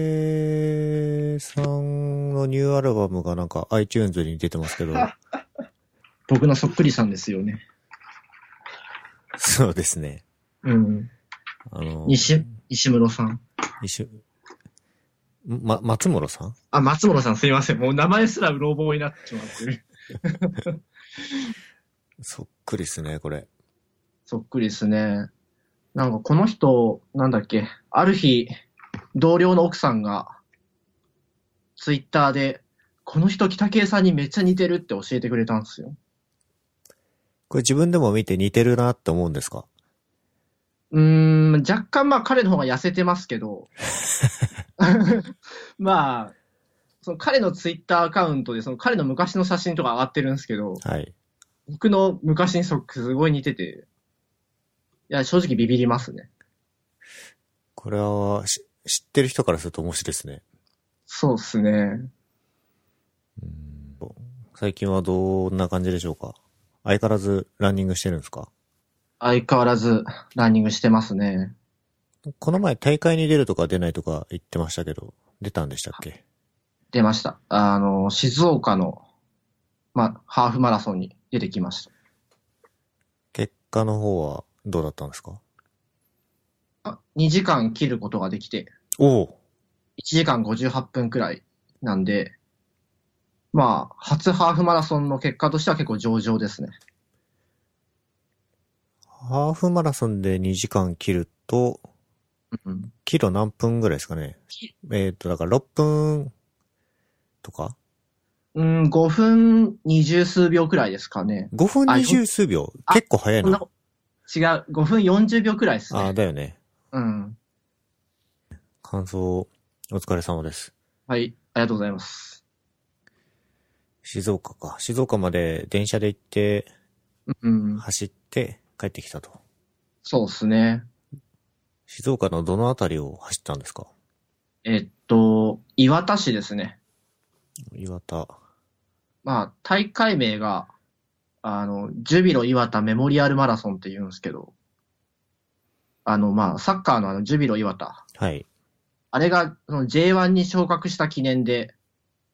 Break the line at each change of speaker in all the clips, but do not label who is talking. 竹さんのニューアルバムがなんか iTunes に出てますけど、
僕のそっくりさんですよね。
そうですね。
うん。
あの、
西、西室さん。
西ま、松村さん
あ、松村さんすいません。もう名前すらうろ覚えになってしまってる。
そっくりですね、これ。
そっくりですね。なんかこの人、なんだっけ、ある日、同僚の奥さんが、ツイッターで、この人北圭さんにめっちゃ似てるって教えてくれたんですよ。
これ自分でも見て似てるなって思うんですか
うーん、若干まあ彼の方が痩せてますけど、 まあ、その彼のツイッターアカウントで、その彼の昔の写真とか上がってるんですけど、
はい。
僕の昔にそっくすごい似てて、いや、正直ビビりますね。
これはし知ってる人からすると面白いですね。
そうっすね。
うん最近はどんな感じでしょうか相変わらずランニングしてるんですか
相変わらずランニングしてますね。
この前大会に出るとか出ないとか言ってましたけど、出たんでしたっけ
出ました。あの、静岡の、まあ、ハーフマラソンに出てきました。
結果の方はどうだったんですか
あ2時間切ることができて、
おお
1時間58分くらいなんで、まあ、初ハーフマラソンの結果としては結構上々ですね。
ハーフマラソンで2時間切ると、
うん、
キロ何分ぐらいですかねえっ、と、だから6分とか
うん、5分20数秒くらいですかね。
?5 分
あ
20数秒
あ
結構早い
そんな
な。
こ違う、5分40秒くらいです
ああ、
ね。
だよね。
うん。
感想、お疲れ様です。
はい、ありがとうございます。
静岡か。静岡まで電車で行って、
うん、
走って帰ってきたと。
そうですね。
静岡のどのあたりを走ったんですか
えっと、岩田市ですね。
岩田。
まあ、大会名が、あの、ジュビロ岩田メモリアルマラソンって言うんですけど、あの、まあ、サッカーのあの、ジュビロ岩田。
はい。
あれが、その J1 に昇格した記念で、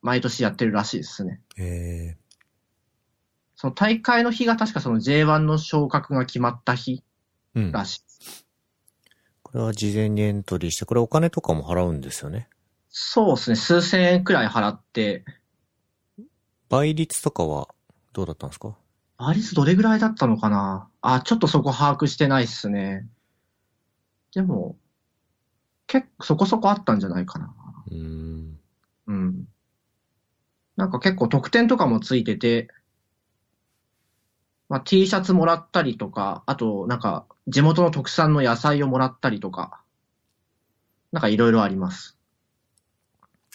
毎年やってるらしいですね。
え
その大会の日が確かその J1 の昇格が決まった日
ー、うん。
らしい。
これは事前にエントリーして、これお金とかも払うんですよね。
そうですね、数千円くらい払って、
倍率とかはどうだったんですか
倍率どれぐらいだったのかなあ、ちょっとそこ把握してないっすね。でも、結構そこそこあったんじゃないかな。
うーん。
うん。なんか結構特典とかもついてて、まあ、T シャツもらったりとか、あとなんか地元の特産の野菜をもらったりとか、なんかいろいろあります。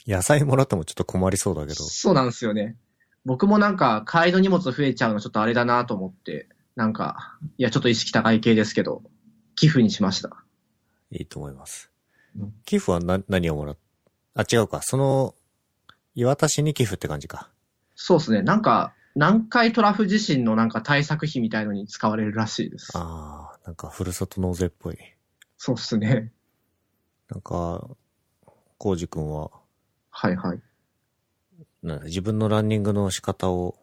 野菜もらってもちょっと困りそうだけど。
そうなんですよね。僕もなんか買いの荷物増えちゃうのちょっとあれだなと思って、なんか、いやちょっと意識高い系ですけど、寄付にしました。
いいと思います
うん。
寄付はな、何をもらっ、あ、違うか。その、岩田市に寄付って感じか。
そうですね。なんか、南海トラフ地震のなんか対策費みたいのに使われるらしいです。
ああ、なんかふるさと納税っぽい。
そうですね。
なんか、コウジ君は、
はいはい。
なんか自分のランニングの仕方を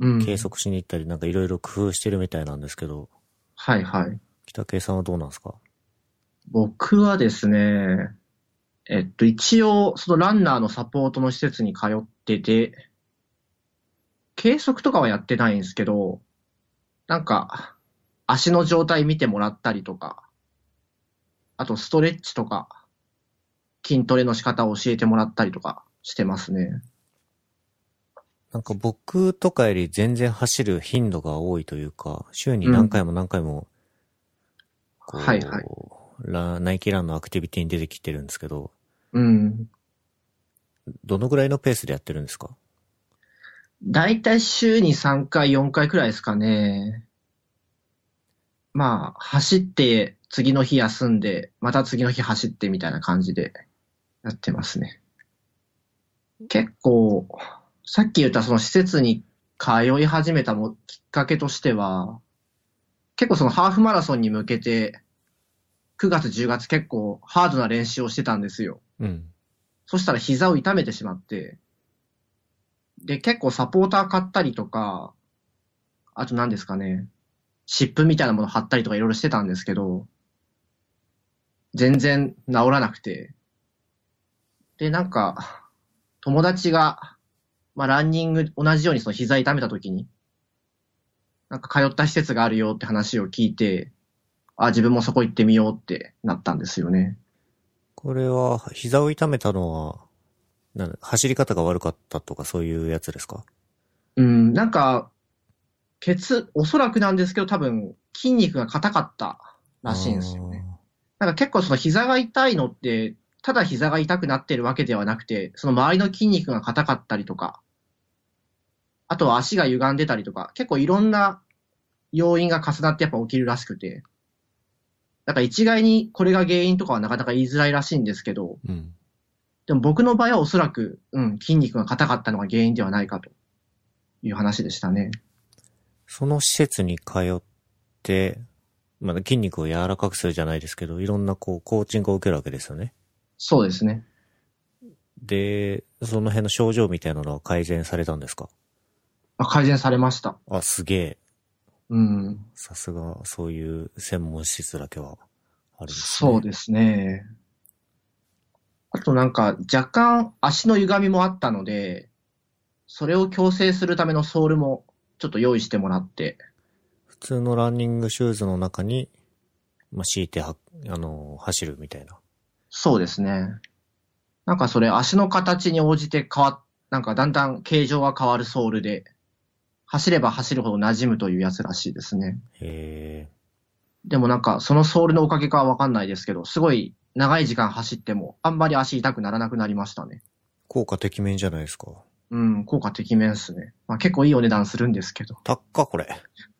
うん。
計測しに行ったり、なんかいろいろ工夫してるみたいなんですけど、
はいはい。
北圭さんはどうなんですか
僕はですね、えっと、一応、そのランナーのサポートの施設に通ってて、計測とかはやってないんですけど、なんか、足の状態見てもらったりとか、あとストレッチとか、筋トレの仕方を教えてもらったりとかしてますね。
なんか僕とかより全然走る頻度が多いというか、週に何回も何回も、こう
はいはい
ラナイキランのアクティビティに出てきてるんですけど、
うん。
どのぐらいのペースでやってるんですか
だいたい週に3回、4回くらいですかね。まあ、走って、次の日休んで、また次の日走ってみたいな感じでやってますね。結構、さっき言ったその施設に通い始めたもきっかけとしては、結構そのハーフマラソンに向けて、9月10月結構ハードな練習をしてたんですよ。
うん。
そしたら膝を痛めてしまって、で、結構サポーター買ったりとか、あと何ですかね、湿布みたいなもの貼ったりとかいろいろしてたんですけど、全然治らなくて。で、なんか、友達が、まあ、ランニング、同じようにその膝痛めた時に、なんか通った施設があるよって話を聞いて、あ、自分もそこ行ってみようってなったんですよね。
これは、膝を痛めたのは、なんだ走り方が悪かったとかそういうやつですか
うん、なんか、ケツ、おそらくなんですけど、多分、筋肉が硬かったらしいんですよね。。なんか結構その膝が痛いのって、ただ膝が痛くなってるわけではなくて、その周りの筋肉が硬かったりとか、あとは足が歪んでたりとか、結構いろんな要因が重なってやっぱ起きるらしくて、だから一概にこれが原因とかはなかなか言いづらいらしいんですけど、
あーうん。
でも僕の場合はおそらく、うん、筋肉が硬かったのが原因ではないかという話でしたね。
その施設に通って、まあ、筋肉を柔らかくするじゃないですけど、いろんなこう、コーチングを受けるわけですよね。
そうですね。
で、その辺の症状みたいなのは改善されたんですか
あ改善されました。
あ、すげえ。
うん。
さすが、そういう専門施設だけはあるんです、ね。
そうですね。あとなんか若干足の歪みもあったので、それを矯正するためのソールもちょっと用意してもらって、
普通のランニングシューズの中に、まあ、敷いては、あの、走るみたいな。
そうですね。なんかそれ足の形に応じて変わっ、なんかだんだん形状が変わるソールで、走れば走るほど馴染むというやつらしいですね。
へえ。
でもなんか、そのソールのおかげかはわかんないですけど、すごい長い時間走っても、あんまり足痛くならなくなりましたね。
効果てきめんじゃないですか。
うん、効果てきめんっすね。まあ結構いいお値段するんですけど。
たっか、これ。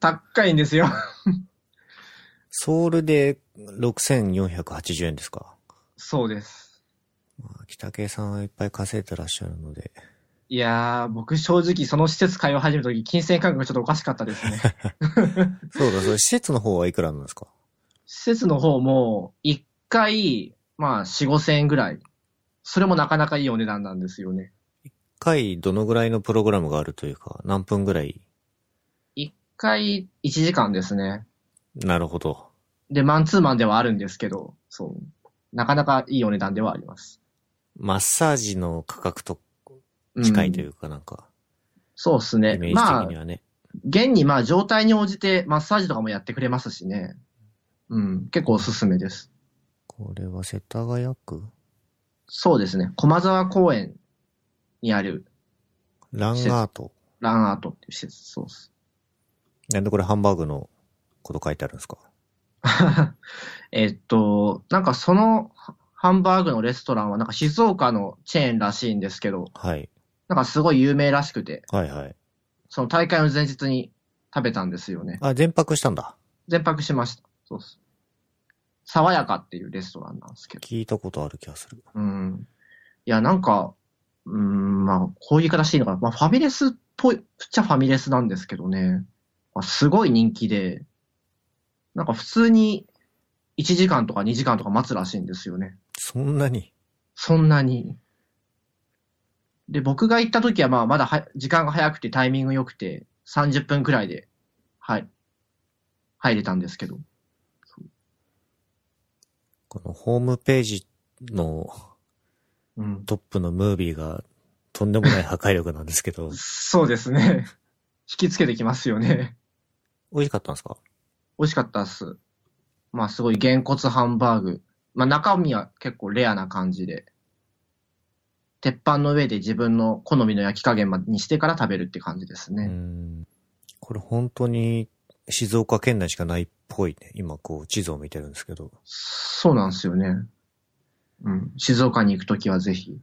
高いんですよ。
ソールで6480円ですか。
そうです。
まあ、北系さんはいっぱい稼いでらっしゃるので。
いやー、僕正直その施設通い始めた時、金銭感覚ちょっとおかしかったですね。
そうだ、それ施設の方はいくらなんですか
施設の方も、一回、まあ4、5千円ぐらい。それもなかなかいいお値段なんですよね。
一回どのぐらいのプログラムがあるというか、何分ぐらい
一回1時間ですね。
なるほど。
で、マンツーマンではあるんですけど、そう。なかなかいいお値段ではあります。。
マッサージの価格と近いといううか、なんか、
そうです
イ
ね
メー。ジ
ま
的
あ
に、はね。
現にまあ状態に応じてマッサージとかもやってくれますしね。うん、結構おすすめです。
これは世田谷区
そうですね。駒沢公園にある
ランアート。
ランアートっていう施設、そうです。
なんでこれハンバーグのこと書いてあるんですか
えっと、なんかそのハンバーグのレストランはなんか静岡のチェーンらしいんですけど、
はい。
なんかすごい有名らしくて、
はいはい。
その大会の前日に食べたんですよね。
あ、全泊したんだ。
全泊しました。そうです。爽やかっていうレストランなんですけど。
聞いたことある気がする。
うん。いや、なんか、うん、まあ、こういう言い方していいのかな。まあ、ファミレスっぽい、っちゃファミレスなんですけどね。まあ、すごい人気で、なんか普通に1時間とか2時間とか待つらしいんですよね。
そんなに。
そんなに。で、僕が行った時は、まあ、まだは時間が早くてタイミング良くて、30分くらいで、はい、入れたんですけど。
このホームページの
うん。、
トップのムービーがとんでもない破壊力なんですけど
そうですね。 引きつけてきますよね。
美味しかったんですか
美味しかったっす。まあすごい原骨ハンバーグ。まあ中身は結構レアな感じで。鉄板の上で自分の好みの焼き加減までにしてから食べるって感じです
う
ね。
ん。これ本当に静岡県内しかないっぽいね。今こう地図を見てるんですけど。
そうなんですよね。うん。静岡に行くときはぜひ。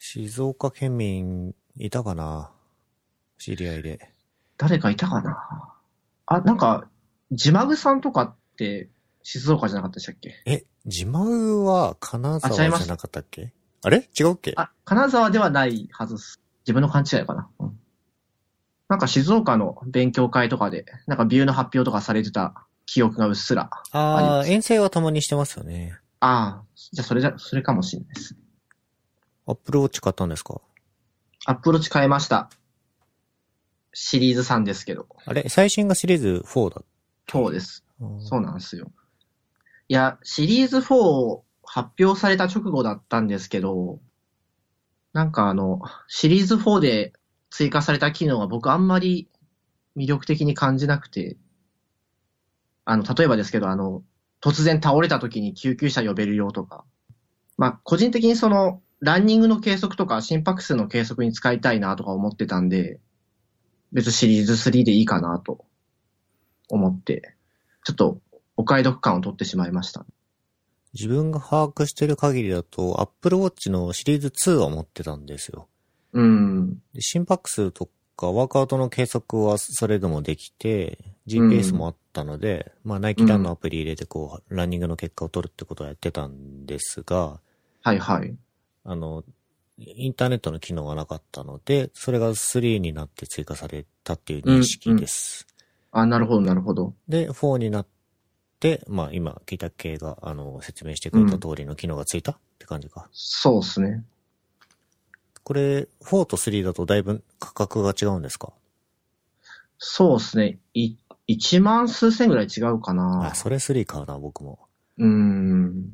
静岡県民いたかな知り合いで。
誰かいたかなあ、なんか、ジマグさんとかって静岡じゃなかったでしたっけ
え、自慢は金沢
あ
じ
違
ゃ
います
なかったっけあれ違うっけ
あ、金沢ではないはずっす。自分の勘違いかな。うん。なんか静岡の勉強会とかで、なんかビューの発表とかされてた記憶がうっすら。あり
ああ
ま、す
遠征はたまにしてますよね。
ああ、じゃあそれじゃ、それかもしれないです。
アップルウォッチ買ったんですか
アップローチ変えました。シリーズ3ですけど。
あれ最新がシリーズ4だ。
そうです。
あー
そうなんですよ。いや、シリーズ4発表された直後だったんですけど、なんかあの、シリーズ4で追加された機能は僕あんまり魅力的に感じなくて、あの、例えばですけど、あの、突然倒れた時に救急車呼べるよとか、まあ、個人的にその、ランニングの計測とか心拍数の計測に使いたいなとか思ってたんで、別にシリーズ3でいいかなと思って。ちょっとお買い得感を取ってしまいました。
自分が把握してる限りだと、アップルウォッチのシリーズ2は持ってたんですよ。
うん。
で心拍数とかワークアウトの計測はそれでもできて、GPS もあったので、まあナイキランのアプリ入れてこう、ランニングの結果を取るってことはやってたんですが、
はいはい。
あの、インターネットの機能がなかったので、それが3になって追加されたっていう認識です。
あ、なるほどなるほど。
で、4になって、まあ今、ケイタ系が、あの、説明してくれた通りの機能がついたって感じか。
そうですね。
これ、4と3だとだいぶ価格が違うんですか
そうですね。い、1万数千ぐらい違うか
あ
な。
それ3買うな、僕も。
うん。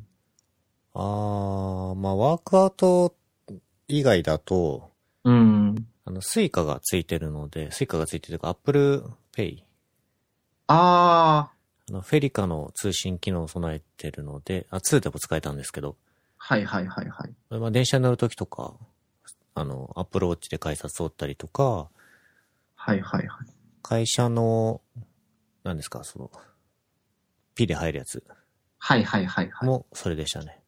あー、まあワークアウト以外だと、
うん。
あの、スイカがついてるので、スイカがついてるというか、Apple Pay。
あー、
あの、フェリカの通信機能を備えてるので、あ、2でも使えたんですけど、
はいはいはいはい。
まあ、電車に乗るときとか、あの、アップローチで改札を折ったりとか、
はいはいはい。
会社の、何ですか、その、P で入るやつ
はいはいはいはい。
もそれでしたね。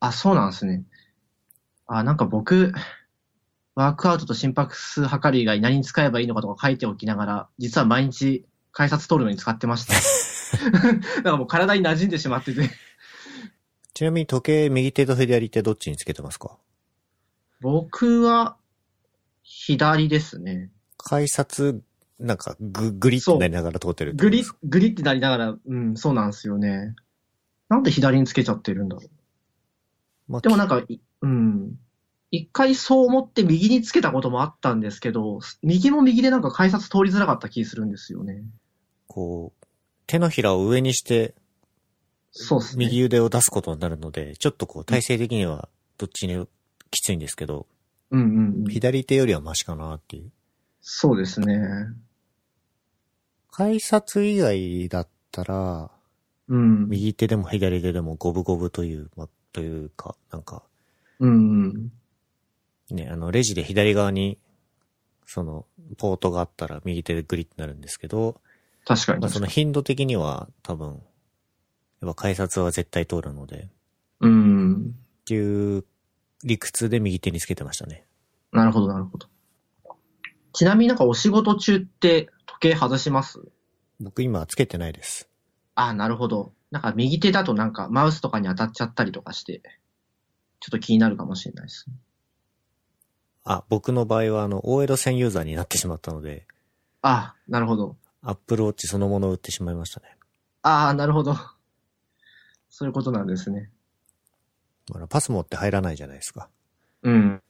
あ、そうなんですね。あ、なんか僕、ワークアウトと心拍数測る以外何に使えばいいのかとか書いておきながら、実は毎日改札通るのに使って ました。 なんかもう体に馴染んでしまってて。
ちなみに時計右手と左手どっちにつけてますか
僕は、左ですね。
改札、なんかグ、グリってなりながら通ってるってこ
グ
とで
リ
すか、
グリってなりながら、うん、そうなんですよね。なんで左につけちゃってるんだろう。
まあ
でもなんか、いうん。一回そう思って右につけたこともあったんですけど、右も右でなんか改札通りづらかった気するんですよね。
こう、手のひらを上にして、
そうですね。
右腕を出すことになるので、ちょっとこう、体勢的には、どっちにきついんですけど、
うんうんうん。
左手よりはマシかなっていう。
そうですね。
改札以外だったら、
うん。
右手でも左手でも五分五分という、ま、というか、なんか、
うんうん。
ね、あの、レジで左側に、その、ポートがあったら右手でグリってなるんですけど、
確かに
まあ、そ
確か
の
に。
頻度的には多分、やっぱ改札は絶対通るので、
うん。
っていう理屈で右手につけてましたね。
なるほどなるほど。ちなみになんかお仕事中って時計外します
僕今つけてないです。
あ、なるほど。なんか右手だとなんかマウスとかに当たっちゃったりとかして、ちょっと気になるかもしれないですね。
あ、僕の場合はあの、OL 線ユーザーになってしまったので、
あ、なるほど。
Apple Watch そのものを売ってしまいましたね。
ああ、なるほど。そういうことなんですね。
あのパスモって入らないじゃないですか。
うん。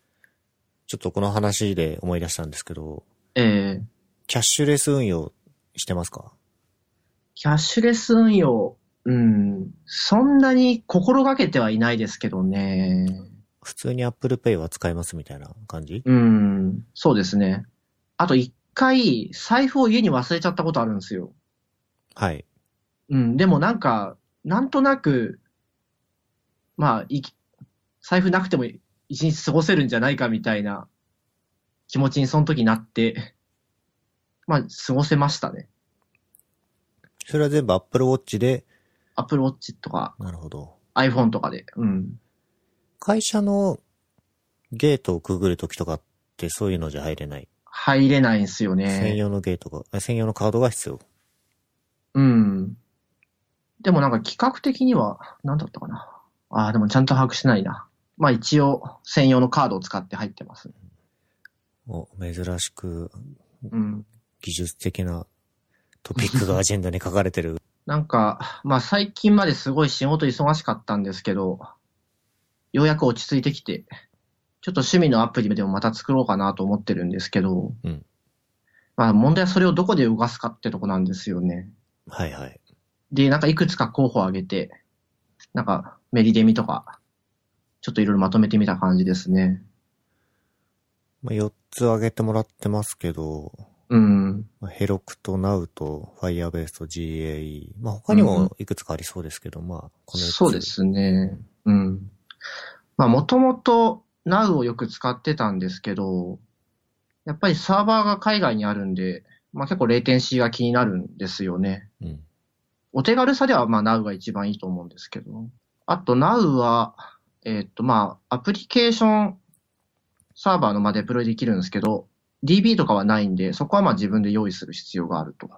ちょっとこの話で思い出したんですけど、
えー、
キャッシュレス運用してますか
キャッシュレス運用、うん、そんなに心がけてはいないですけどね。
普通に Apple Pay は使いますみたいな感じ
うん、そうですね。あと一回、財布を家に忘れちゃったことあるんですよ。
はい。
うん、でもなんか、なんとなく、まあ、いき財布なくても一日過ごせるんじゃないかみたいな気持ちにその時なって、 まあ、過ごせましたね。
それは全部 Apple Watch で、
Apple Watch とか
なるほど。
iPhone とかで。うん。
会社のゲートをくぐるときとかってそういうのじゃ入れない。
入れないんすよ
専
ね。
用のゲートが、あ専用のカードが必要。
うん。でもなんか企画的には、なんだったかな。ああ、でもちゃんと把握してないな。まあ一応、専用のカードを使って入ってます。
お、珍しく
うん。
技術的なトピックがアジェンダに書かれて る。
なんか、まあ最近まですごい仕事忙しかったんですけど、ようやく落ち着いてきて、ちちょっと趣味のアプリでもまた作ろうかなと思ってるんですけど、
うん
まあ問題はそれをどこで動かすかってとこなんですよね。
はいはい。
で、なんかいくつか候補を挙げて、なんかメリデミとか、ちょっといろいろまとめてみた感じですね。
まあ、4つ挙げてもらってますけど、
うん。
まあヘロクとナウとファイアベースと GAE。まあ、他に
うんう
もいくつかありそうですけど、まあ、この4つ。
そうで。すね。うん。まあもともと Now をよく使ってたんですけど、やっぱりサーバーが海外にあるんで、まあ結構レイテンシーが気になるんですよね。
うん。
お手軽さでは、まあ、Now が一番いいと思うんですけど。あと、Now は、えーっと、まあ、アプリケーションサーバーのまあデプロイできるんですけど、DB とかはないんで、そこはまあ自分で用意する必要があると。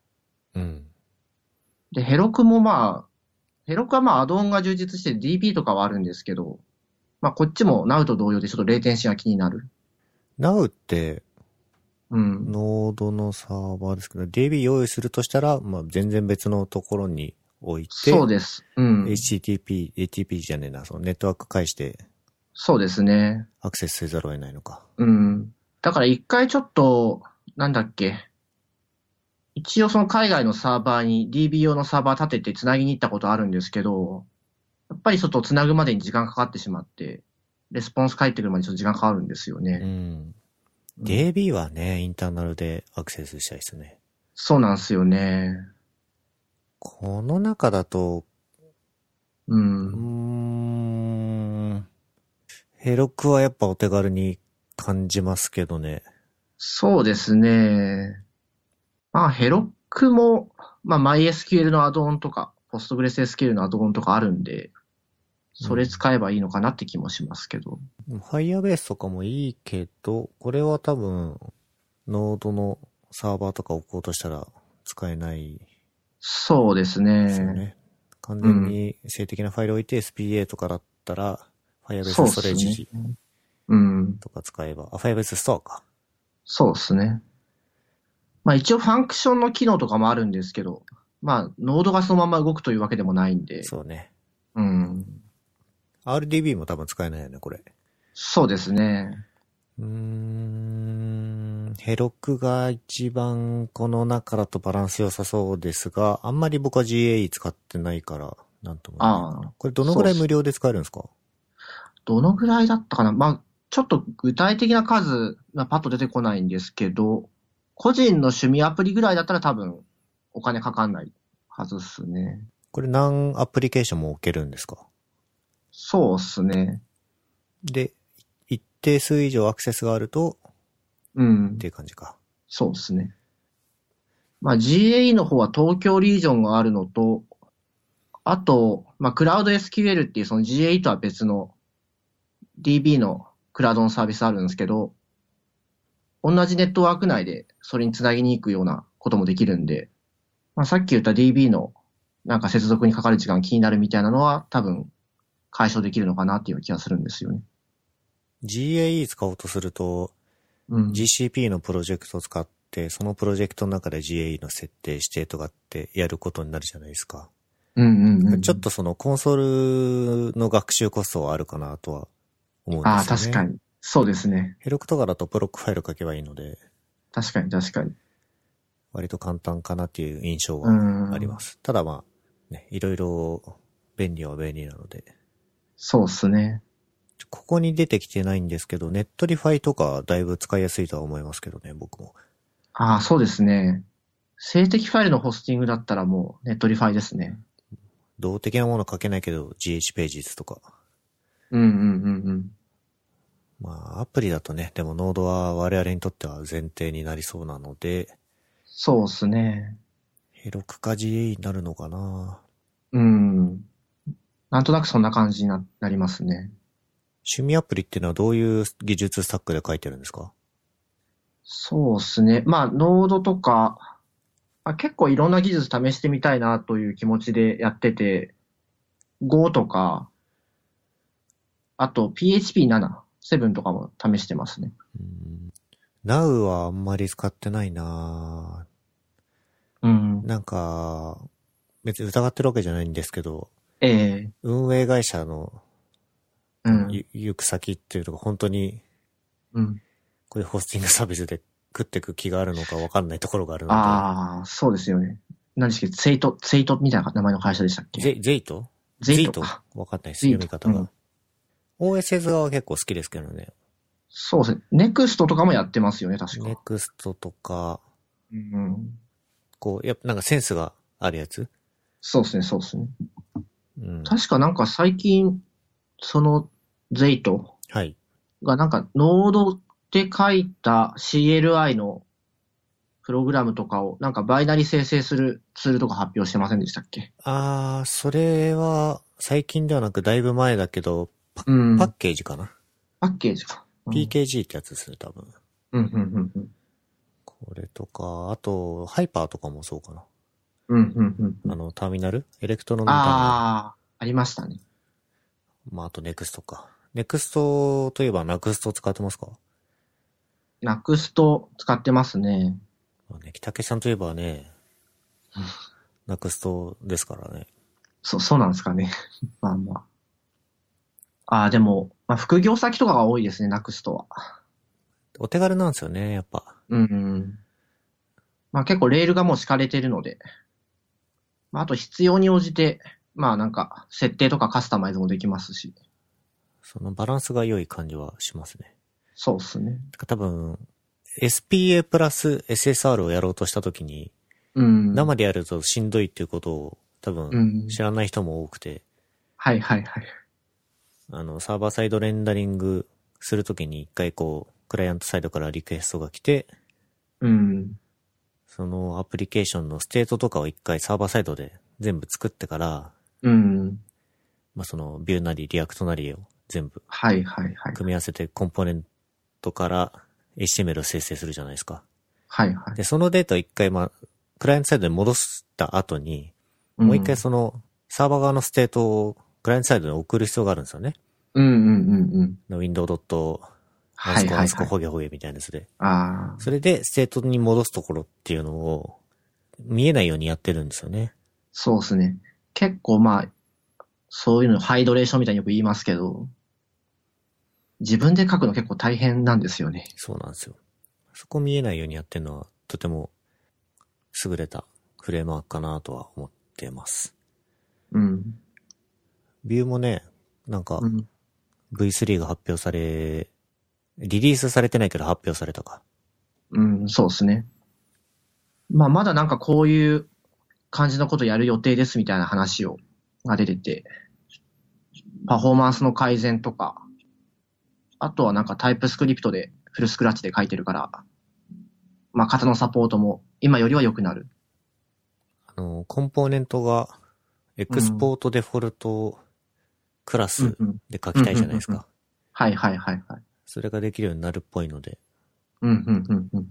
うん。
で、ヘロクもまあ、ヘロクはまあアドオンが充実して DB とかはあるんですけど、まあこっちも Now と同様でちょっとレイテンシーが気になる。
ナウって、
うん。
ノードのサーバーですけど、DB 用意するとしたら、まあ、全然別のところに置いて、
そうです。うん。
HTTP、ATP じゃねえな、そのネットワーク介して
そうですね。
アクセスせざるを得ないのか。
うん。だから一回ちょっと、なんだっけ。一応その海外のサーバーに DB 用のサーバー立てて繋ぎに行ったことあるんですけど、やっぱりちょっと繋ぐまでに時間かかってしまって、レスポンス返ってくるまでちょっと時間かかるんですよ
う
ね。
ん。
うん
DB はね、インターナルでアクセスしたいですね。
そうなんですよね。
この中だと、う
う
ー
ん。
ん、ヘロクはやっぱお手軽に感じますけどね。
そうですね。まあ、ヘロクも、まあ、MySQL のアドオンとか、PostgreSQL のアドオンとかあるんで、それ使えばいいのかなって気もしますけど。
でもファイアベースとかもいいけど、これは多分、ノードのサーバーとか置こうとしたら使えない
そうです
ですよ
ね。
ね。完全に静的なファイル置いて SPA とかだったら、ファイアベー
そう
ス
っ
ストレー
す
ジ
ね。うん。
とか使えば、あ、ファイアベースストアか。
そうですね。まあ一応ファンクションの機能とかもあるんですけど、まあノードがそのまま動くというわけでもないんで、
そうね。
うん。
RDB も多分使えないよね、これ。
そうですね。
うーん、ヘロクが一番この中だとバランス良さそうですが、あんまり僕は GAE 使ってないから、なんとも言えない。
ああ、
これどのぐらい無料で使えるんですか
どのぐらいだったかな。まあちょっと具体的な数がパッと出てこないんですけど、個人の趣味アプリぐらいだったら多分お金かかんないはずっすね。
これ何アプリケーションも置けるんですか
そうっすね。
で、一定数以上アクセスがあると、
うん
って。いう感じか。
そうですね。まあ、GAE の方は東京リージョンがあるのと、あと、まあ、クラウド SQL っていうその GAE とは別の DB のクラウドのサービスあるんですけど、同じネットワーク内でそれにつなぎに行くようなこともできるんで、まあ、さっき言った DB のなんか接続にかかる時間気になるみたいなのは多分解消できるのかなっていう気がするんですよね。
GAE 使おうとすると、
うん。
GCP のプロジェクトを使って、そのプロジェクトの中で GAE の設定してとかってやることになるじゃないですか。
うんうんうん。
ちょっとそのコンソールの学習コストはあるかなとは思うんですよね。
ああ、確か。に。そうですね。
ヘロクとかだとブロックファイル書けばいいので、
確かに確かに。
割と簡単かなっていう印象
う
は
ん。
あります。ただまあ、ね、いろいろ便利は便利なので。
そうっすね。
ここに出てきてないんですけど、ネットリファイとかだいぶ使いやすいとは思いますけどね、僕も。
ああ、そうですね。静的ファイルのホスティングだったらもうネットリファイですね。
動的なもの書けないけど、GH ページズとか。
うんうんうんうん。
まあ、アプリだとね、でもノードは我々にとっては前提になりそうなので、
そうっすね。
ヘロクか GA になるのかな
うん。なんとなくそんな感じにななりますね。
趣味アプリっていうのはどういう技術スタックで書いてるんですか
そうっすね。まあ、ノードとか、まあ、結構いろんな技術試してみたいなという気持ちでやってて、Go とか、あと PHP7、7とかも試してますね。
うーん。Now はあんまり使ってないな
うん。
なんか、別に疑ってるわけじゃないんですけど、
ええ
運営会社の
うん。
ゆ行く先っていうのが本当に
うん。
こういうホスティングサービスで食ってく気があるのかわかんないところがあるので。
ああ、そうですよね。何でしたっけツイート、ツイートみたいな名前の会社でしたっけ
ゼゼイト
ゼイト
ゼ
か。
わかんないです、
ゼイ
読
ト
み方が。
うん
OSS 側は結構好きですけどね。
そうですね。ネクストとかもやってますよね、確か。
ネクストとか、
うん。
こう、やっぱなんかセンスがあるやつ
そうですね、そうですね。
うん。
確かなんか最近、その、ゼイト
はい。
がなんか、ノードで書いた CLI のプログラムとかを、なんかバイナリ生成するツールとか発表してませんでしたっけ
あー、それは、最近ではなくだいぶ前だけど、
うん
パッ
パ
ケージかな、
ッケージか。うん
?PKG ってやつですね、多分。
うん、うん、うんうん。
これとか、あと、ハイパーとかもそうかな。
うん、うん、うんうん。
あの、ターミナルエレクトロのターミナ
ああ、ありましたね。
ル。まあ、あとネクストか。ネクストといえばナクスト使ってますか
ナクスト使ってますね。
まあね、北竹さんといえばね、ナクストですからね。
そ、そうなんですかね。 まあまあ。ああ、でも、まあ、副業先とかが多いですね、ナクストは。
お手軽なんですよね、やっぱ。
うんうん。まあ結構レールがもう敷かれてるので、まああと必要に応じて、まあなんか設定とかカスタマイズもできますし、
そのバランスが良い感じはしますね。
そうっすね。
てか多分、SPA プラス SSR をやろうとした時に、
うん。
生でやるとしんどいっていうことを多
う
分
ん。
知らない人も多くて、
はいはいはい。
あの、サーバーサイドレンダリングするときに一回こう、クライアントサイドからリクエストが来て、
うん。
そのアプリケーションのステートとかを一回サーバーサイドで全部作ってから、
うん。
まあ、そのビューなりリアクトなりを全部
はいはいはい。
組み合わせてコンポーネントから HTML を生成するじゃないですか。
はいはい。
で、そのデータを一回まあ、クライアントサイドに戻した後に、もう一回そのサーバー側のステートをクライアントサイドに送る必要があるんですよね。
うん。うんうんうんうん。
window.
はい
ア
は
ン
い
スコ
はい。
ほげほげみたいなやつで。
ああ。
それで、ステートに戻すところっていうのを、見えないようにやってるんですよね。
そうですね。結構まあ、そういうのハイドレーションみたいによく言いますけど、自分で書くの結構大変なんですよね。
そうなんですよ。そこ見えないようにやってるのは、とても、優れたフレームワークかなとは思ってます。
うん。
ビューもね、なんか
う、ん
V3 が発表され、リリースされてないけど発表されたか。
うん、そうですね。まあ、まだなんかこういう感じのことやる予定ですみたいな話を、が出てて、パフォーマンスの改善とか、あとはなんかタイプスクリプトでフルスクラッチで書いてるから、まあ、型のサポートも今よりは良くなる。
あの、コンポーネントが、エクスポートデフォルトクラス
うんうん
で書きたいじゃないです
うんうん
か。
はいはいはいはい。
それができるようになるっぽいので、
うんうんうんうん。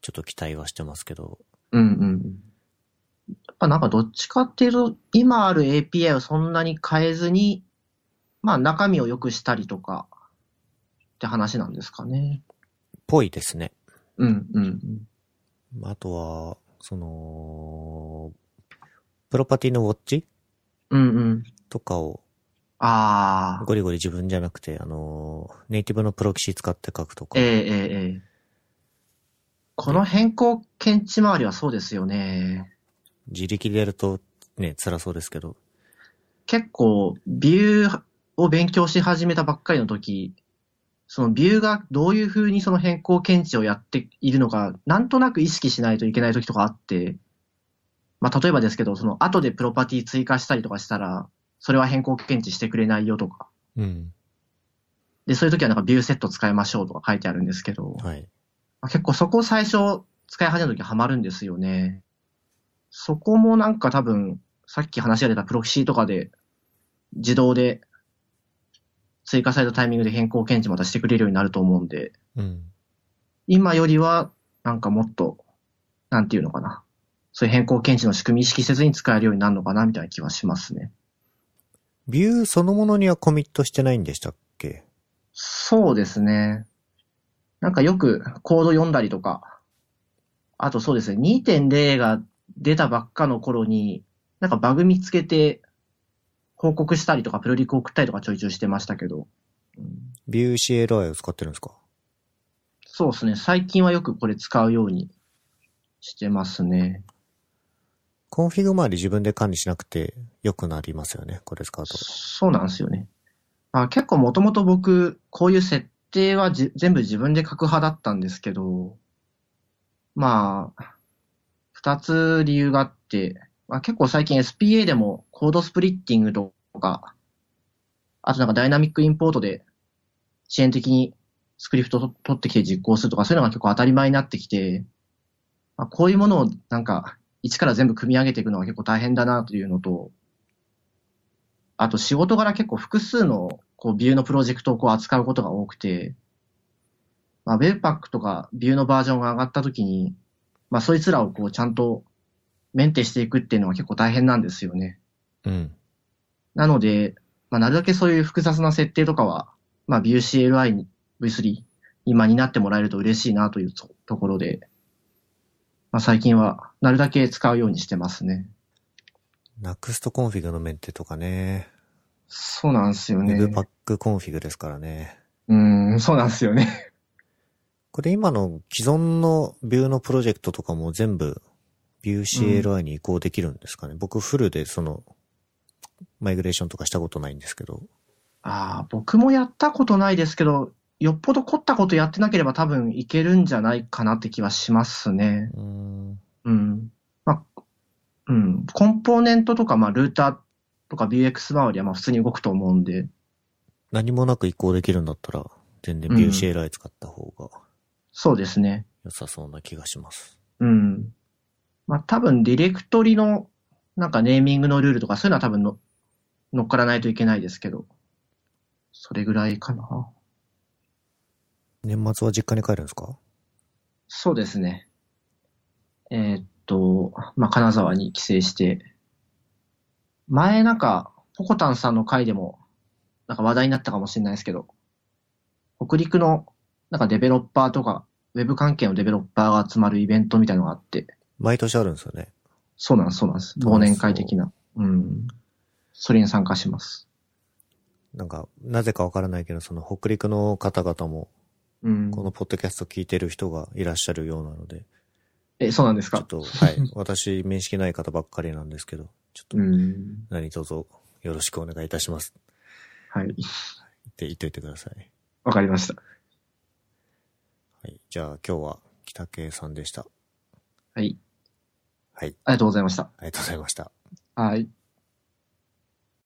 ちょっと期待はしてますけど、
うんうんうん。やっぱなんかどっちかっていうと、今ある API をそんなに変えずに、まあ中身を良くしたりとか、って話なんですかね。
ぽいですね。
うんうんうん。
あとは、その、プロパティのウォッチ
うんうん。
とかを
ああ。
ゴリゴリ自分じゃなくて、あの、ネイティブのプロキシ使って書くとか、
ええええええ。この変更検知周りはそうですよね。
自力でやるとね、辛そうですけど、
結構、ビューを勉強し始めたばっかりの時、そのビューがどういうふうにその変更検知をやっているのか、なんとなく意識しないといけない時とかあって、まあ、例えばですけど、その後でプロパティ追加したりとかしたら、それは変更検知してくれないよとか、
うん。
で、そういう時はなんかビューセット使いましょうとか書いてあるんですけど、
はい。
まあ結構そこを最初使い始めた時ハマるんですよね。そこもなんか多分、さっき話が出たプロキシーとかで、自動で追加されたタイミングで変更検知またしてくれるようになると思うんで、
うん。
今よりはなんかもっと、なんていうのかな。そういう変更検知の仕組み意識せずに使えるようになるのかなみたいな気はしますね。
ビューそのものにはコミットしてないんでしたっけ
そうですね。なんかよくコード読んだりとか、あとそうですね、2.0が出たばっかの頃に、なんかバグ見つけて報告したりとか、プロリク送ったりとかちょいちょいしてましたけど、うん
ビュー CLI を使ってるんですか
そうですね。最近はよくこれ使うようにしてますね。
コンフィグ周り自分で管理しなくて良くなりますよね、これ使うと。
そうなんですよね。まあ、結構もともと僕、こういう設定はじ全部自分で書く派だったんですけど、まあ、二つ理由があって、まあ、結構最近 SPA でもコードスプリッティングとか、あとなんかダイナミックインポートで支援的にスクリプトを取取ってきて実行するとか、そういうのが結構当たり前になってきて、まあ、こういうものをなんか一から全部組み上げていくのは結構大変だなというのと、あと仕事柄結構複数のこうビューのプロジェクトをこう扱うことが多くて、まあ、ウェブパックとかビューのバージョンが上がった時に、まあ、そいつらをこうちゃんとメンテしていくっていうのは結構大変なんですよね。
うん。
なので、まあ、なるだけそういう複雑な設定とかは、まあ、VUCLI に V3 今になってもらえると嬉しいなというとところで、まあ、最近はなるだけ使うようにしてますね。
ナクストコンフィグのメンテとかね。
そうなんですよ
ウェ
ね。
ブパックコンフィグですからね。
うーん、そうなんですよね。
これ今の既存のビューのプロジェクトとかも全部ビュー CLI に移行できるんですかね、僕フルでそのマイグレーションとかしたことないんですけど。
ああ、僕もやったことないですけど、よっぽど凝ったことやってなければ多分いけるんじゃないかなって気はしますね。
うーん。
うん。まあ、うん。コンポーネントとか、まあ、ルーターとか BX 周りはまあ普通に動くと思うんで、
何もなく移行できるんだったら全然
うん
ビュー CLI 使った方が
そうですね。
良さそうな気がします。
うん。まあ、多分ディレクトリのなんかネーミングのルールとかそういうのは多分の乗っからないといけないですけど、それぐらいかな。
年末は実家に帰るんですか
そうですね。えーっと、まあ、金沢に帰省して、前なんか、ポコタンさんの回でも、なんか話題になったかもしれないですけど、北陸の、なんかデベロッパーとか、ウェブ関係のデベロッパーが集まるイベントみたいのがあって、
毎年あるんですよね。
そうなんです、そうなんです。忘年会的な。うん。それに参加します。
なんか、なぜかわからないけど、その北陸の方々も、
うん。
このポッドキャスト聞いてる人がいらっしゃるようなので、
え、そうなんです
ちょっ
か
と、はい。私、面識ない方ばっかりなんですけど、ちょっと
う、ん。
何卒よろしくお願いいたします
はい。
って言っておいてください。
わかりました。
はい。じゃあ、今日は北圭さんでした。
はい。
はい。
ありがとうございました。
ありがとうございました。
はい。